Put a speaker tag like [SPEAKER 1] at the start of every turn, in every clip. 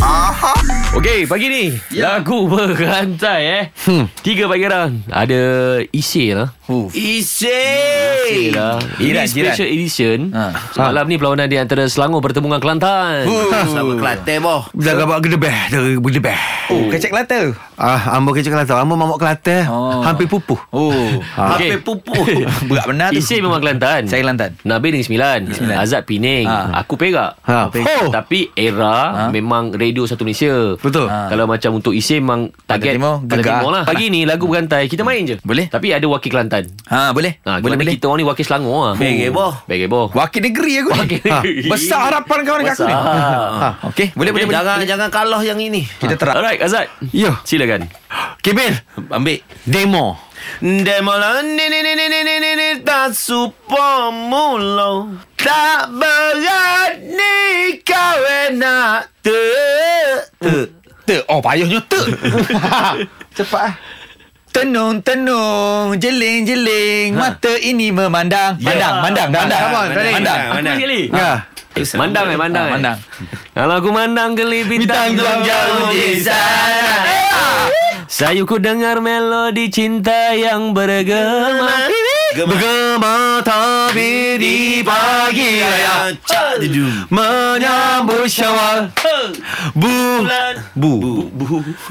[SPEAKER 1] Aha.
[SPEAKER 2] Okey, pagi ni ya. lagu berantai eh. Hmm. Tiga pagi orang. Ada Isi lah.
[SPEAKER 3] Huh.
[SPEAKER 2] Isi lah. Ini
[SPEAKER 3] Jiran, jiran.
[SPEAKER 2] special edition.
[SPEAKER 3] Ha.
[SPEAKER 2] Ha. Malam ni perlawanan di antara Selangor bertemu dengan Kelantan.
[SPEAKER 3] Sama Kelantan boh.
[SPEAKER 4] Dah gambar gedebeh Dah gedebeh
[SPEAKER 3] Oh, kecek Kelantan.
[SPEAKER 4] Ah, Ambo kecil Kelantan Ambo mamak Kelantan
[SPEAKER 3] Oh.
[SPEAKER 4] Hampir pupu
[SPEAKER 3] Oh,
[SPEAKER 2] Okey.
[SPEAKER 3] okay. pupu. Berat benar tu.
[SPEAKER 2] Isi memang Kelantan.
[SPEAKER 3] Saya Kelantan.
[SPEAKER 2] Nabil Negeri Sembilan.
[SPEAKER 3] Sembilan.
[SPEAKER 2] Azad Pening.
[SPEAKER 3] Ha.
[SPEAKER 2] Aku Perak.
[SPEAKER 4] Ha,
[SPEAKER 2] Oh.
[SPEAKER 4] Perak.
[SPEAKER 2] Tapi era
[SPEAKER 3] Ha.
[SPEAKER 2] memang radio satu Malaysia.
[SPEAKER 4] Betul.
[SPEAKER 5] Ah,
[SPEAKER 2] Ha. Kalau macam untuk Isi memang target
[SPEAKER 3] Timur, Gegar.
[SPEAKER 2] lah. Pagi ni lagu berantai kita main je.
[SPEAKER 3] Boleh.
[SPEAKER 2] Tapi ada wakil Kelantan.
[SPEAKER 3] Ha, boleh.
[SPEAKER 2] Ha,
[SPEAKER 3] boleh
[SPEAKER 2] boleh,
[SPEAKER 3] boleh.
[SPEAKER 2] kita orang ni wakil Selangor lah.
[SPEAKER 3] Begeboh.
[SPEAKER 2] Begeboh.
[SPEAKER 3] Wakil negeri aku. Wakil
[SPEAKER 2] negeri.
[SPEAKER 3] Besar harapan kau dengan aku ni.
[SPEAKER 2] Ah.
[SPEAKER 5] ah,
[SPEAKER 3] Ha.
[SPEAKER 4] Ah.
[SPEAKER 3] Okey, boleh boleh. boleh.
[SPEAKER 2] jangan kalah yang ini.
[SPEAKER 3] Kita terap.
[SPEAKER 2] Alright, Azad.
[SPEAKER 4] Ya.
[SPEAKER 2] Silakan.
[SPEAKER 4] Kibil
[SPEAKER 2] Ambil.
[SPEAKER 4] Demo
[SPEAKER 2] Demolan ni ni ni ni ni ni ni ni tak supo mulo tak berani kau enak te
[SPEAKER 3] Te. Oh, payahnya te. Cepat ah. Tenung-tenung, jeling-jeling, mata ini memandang. Mandang, Ha. Ya. mandang, mandang. Mandang.
[SPEAKER 4] Come on, Tony.
[SPEAKER 3] mandang.
[SPEAKER 2] Mandang sekali.
[SPEAKER 4] Ya
[SPEAKER 2] Mandang eh, mandang.
[SPEAKER 3] Ah,
[SPEAKER 2] eh.
[SPEAKER 3] mandang.
[SPEAKER 2] Kalau aku mandang geli bintang,
[SPEAKER 3] Bintang
[SPEAKER 2] jauh di sana. Saya ku dengar melodi cinta yang bergema.
[SPEAKER 4] Bergema tapi di pagi raya Menyambut syawal Bu Bu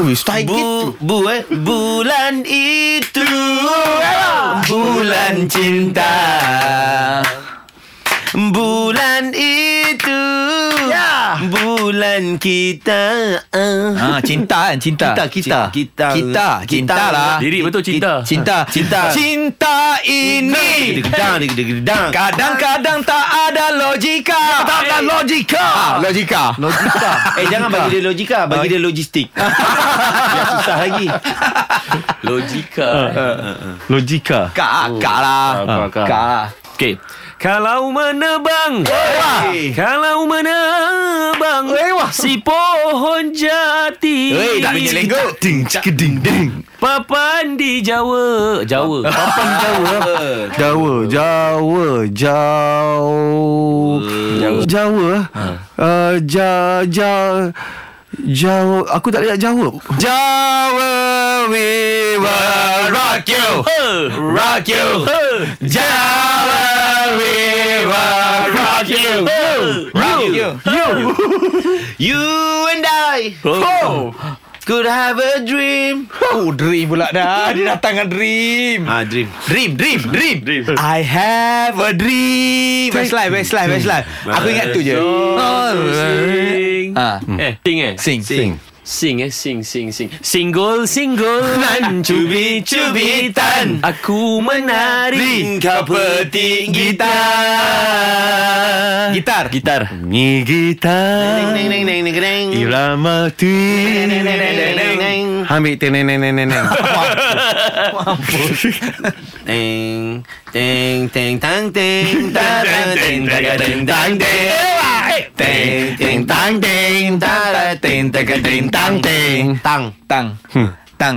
[SPEAKER 3] Ui, style gitu.
[SPEAKER 2] bu eh bulan itu
[SPEAKER 3] Bulan cinta
[SPEAKER 2] bulan itu
[SPEAKER 3] Ya.
[SPEAKER 2] bulan kita
[SPEAKER 3] Ah, cinta kan cinta.
[SPEAKER 4] Kita, kita.
[SPEAKER 3] Cinta. Kita, cinta lah.
[SPEAKER 2] Lirik betul cinta.
[SPEAKER 3] Cinta. Cinta. Cinta ini. Kadang-kadang tak ada logika. Tak ada
[SPEAKER 2] Eh.
[SPEAKER 3] logika.
[SPEAKER 4] Logika Logika
[SPEAKER 5] Eh jangan bagi dia logika Bagi dia logistik
[SPEAKER 4] Ya,
[SPEAKER 5] Biar susah lagi
[SPEAKER 2] logika
[SPEAKER 4] Ah. Logika
[SPEAKER 3] Kak,
[SPEAKER 4] Oh.
[SPEAKER 3] kak lah.
[SPEAKER 2] Ah, kak.
[SPEAKER 3] Kak lah.
[SPEAKER 2] okey kalau menebang kalau menebang si pohon jati
[SPEAKER 3] Weh, tak boleh lengkok.
[SPEAKER 4] Ding ding ding
[SPEAKER 2] papan di Jawa Jawa papan Jawa
[SPEAKER 4] Jawa Jawa Jawa Jawa
[SPEAKER 5] Ah.
[SPEAKER 4] uh, ja, ja, Jawa Aku tak ada Jawa Jawa We
[SPEAKER 3] Eh,
[SPEAKER 4] will rock you Rock you Jawa We will rock you
[SPEAKER 3] You.
[SPEAKER 5] You and I
[SPEAKER 2] oh.
[SPEAKER 5] Could have a dream
[SPEAKER 3] Oh, dream pula dah. Dia datang dengan dream.
[SPEAKER 5] Ah dream
[SPEAKER 3] Dream, dream, dream.
[SPEAKER 2] Dream.
[SPEAKER 3] I have a dream. Westlife, Westlife, Westlife. Aku ingat tu je. Ah.
[SPEAKER 2] Eh, sing eh.
[SPEAKER 3] Sing. Sing.
[SPEAKER 2] Sing eh, sing, sing, sing. Single, single. Dan cubi-cubitan. Aku menari.
[SPEAKER 3] Kau peting gitar. Gitar.
[SPEAKER 2] Gitar.
[SPEAKER 4] Ni gitar
[SPEAKER 5] Neng neng neng neng neng
[SPEAKER 4] Irama tui
[SPEAKER 5] Neng neng neng neng neng neng
[SPEAKER 4] Ambil teneng neneng neneng
[SPEAKER 5] Teng Teng teng tang teng Tara teng tara teng tang teng Teng teng tang teng Tara teng tara teng tang teng Tang
[SPEAKER 3] Tang. Tang.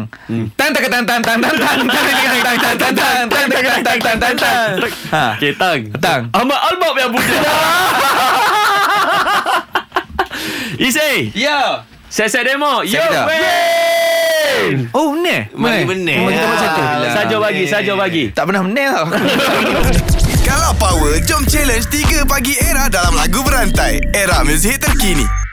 [SPEAKER 3] Tang tak tang tang tang tang tang tang tang tang tang tang tang tang tang tang tang tang. Ha.
[SPEAKER 2] Okay, tang.
[SPEAKER 3] Tang.
[SPEAKER 2] Ahmad Albab yang budak. Isai,
[SPEAKER 3] Ya.
[SPEAKER 2] saya demo. Yo,
[SPEAKER 3] Saya kita.
[SPEAKER 2] win.
[SPEAKER 3] Oh, ne.
[SPEAKER 5] Mari benar.
[SPEAKER 3] Oh, kita buat satu.
[SPEAKER 5] Alhamdulillah.
[SPEAKER 2] Saja bagi, saja bagi.
[SPEAKER 3] Tak pernah menang tau.
[SPEAKER 1] Kalau power, jom challenge 3 pagi era dalam lagu berantai. Era muzik terkini.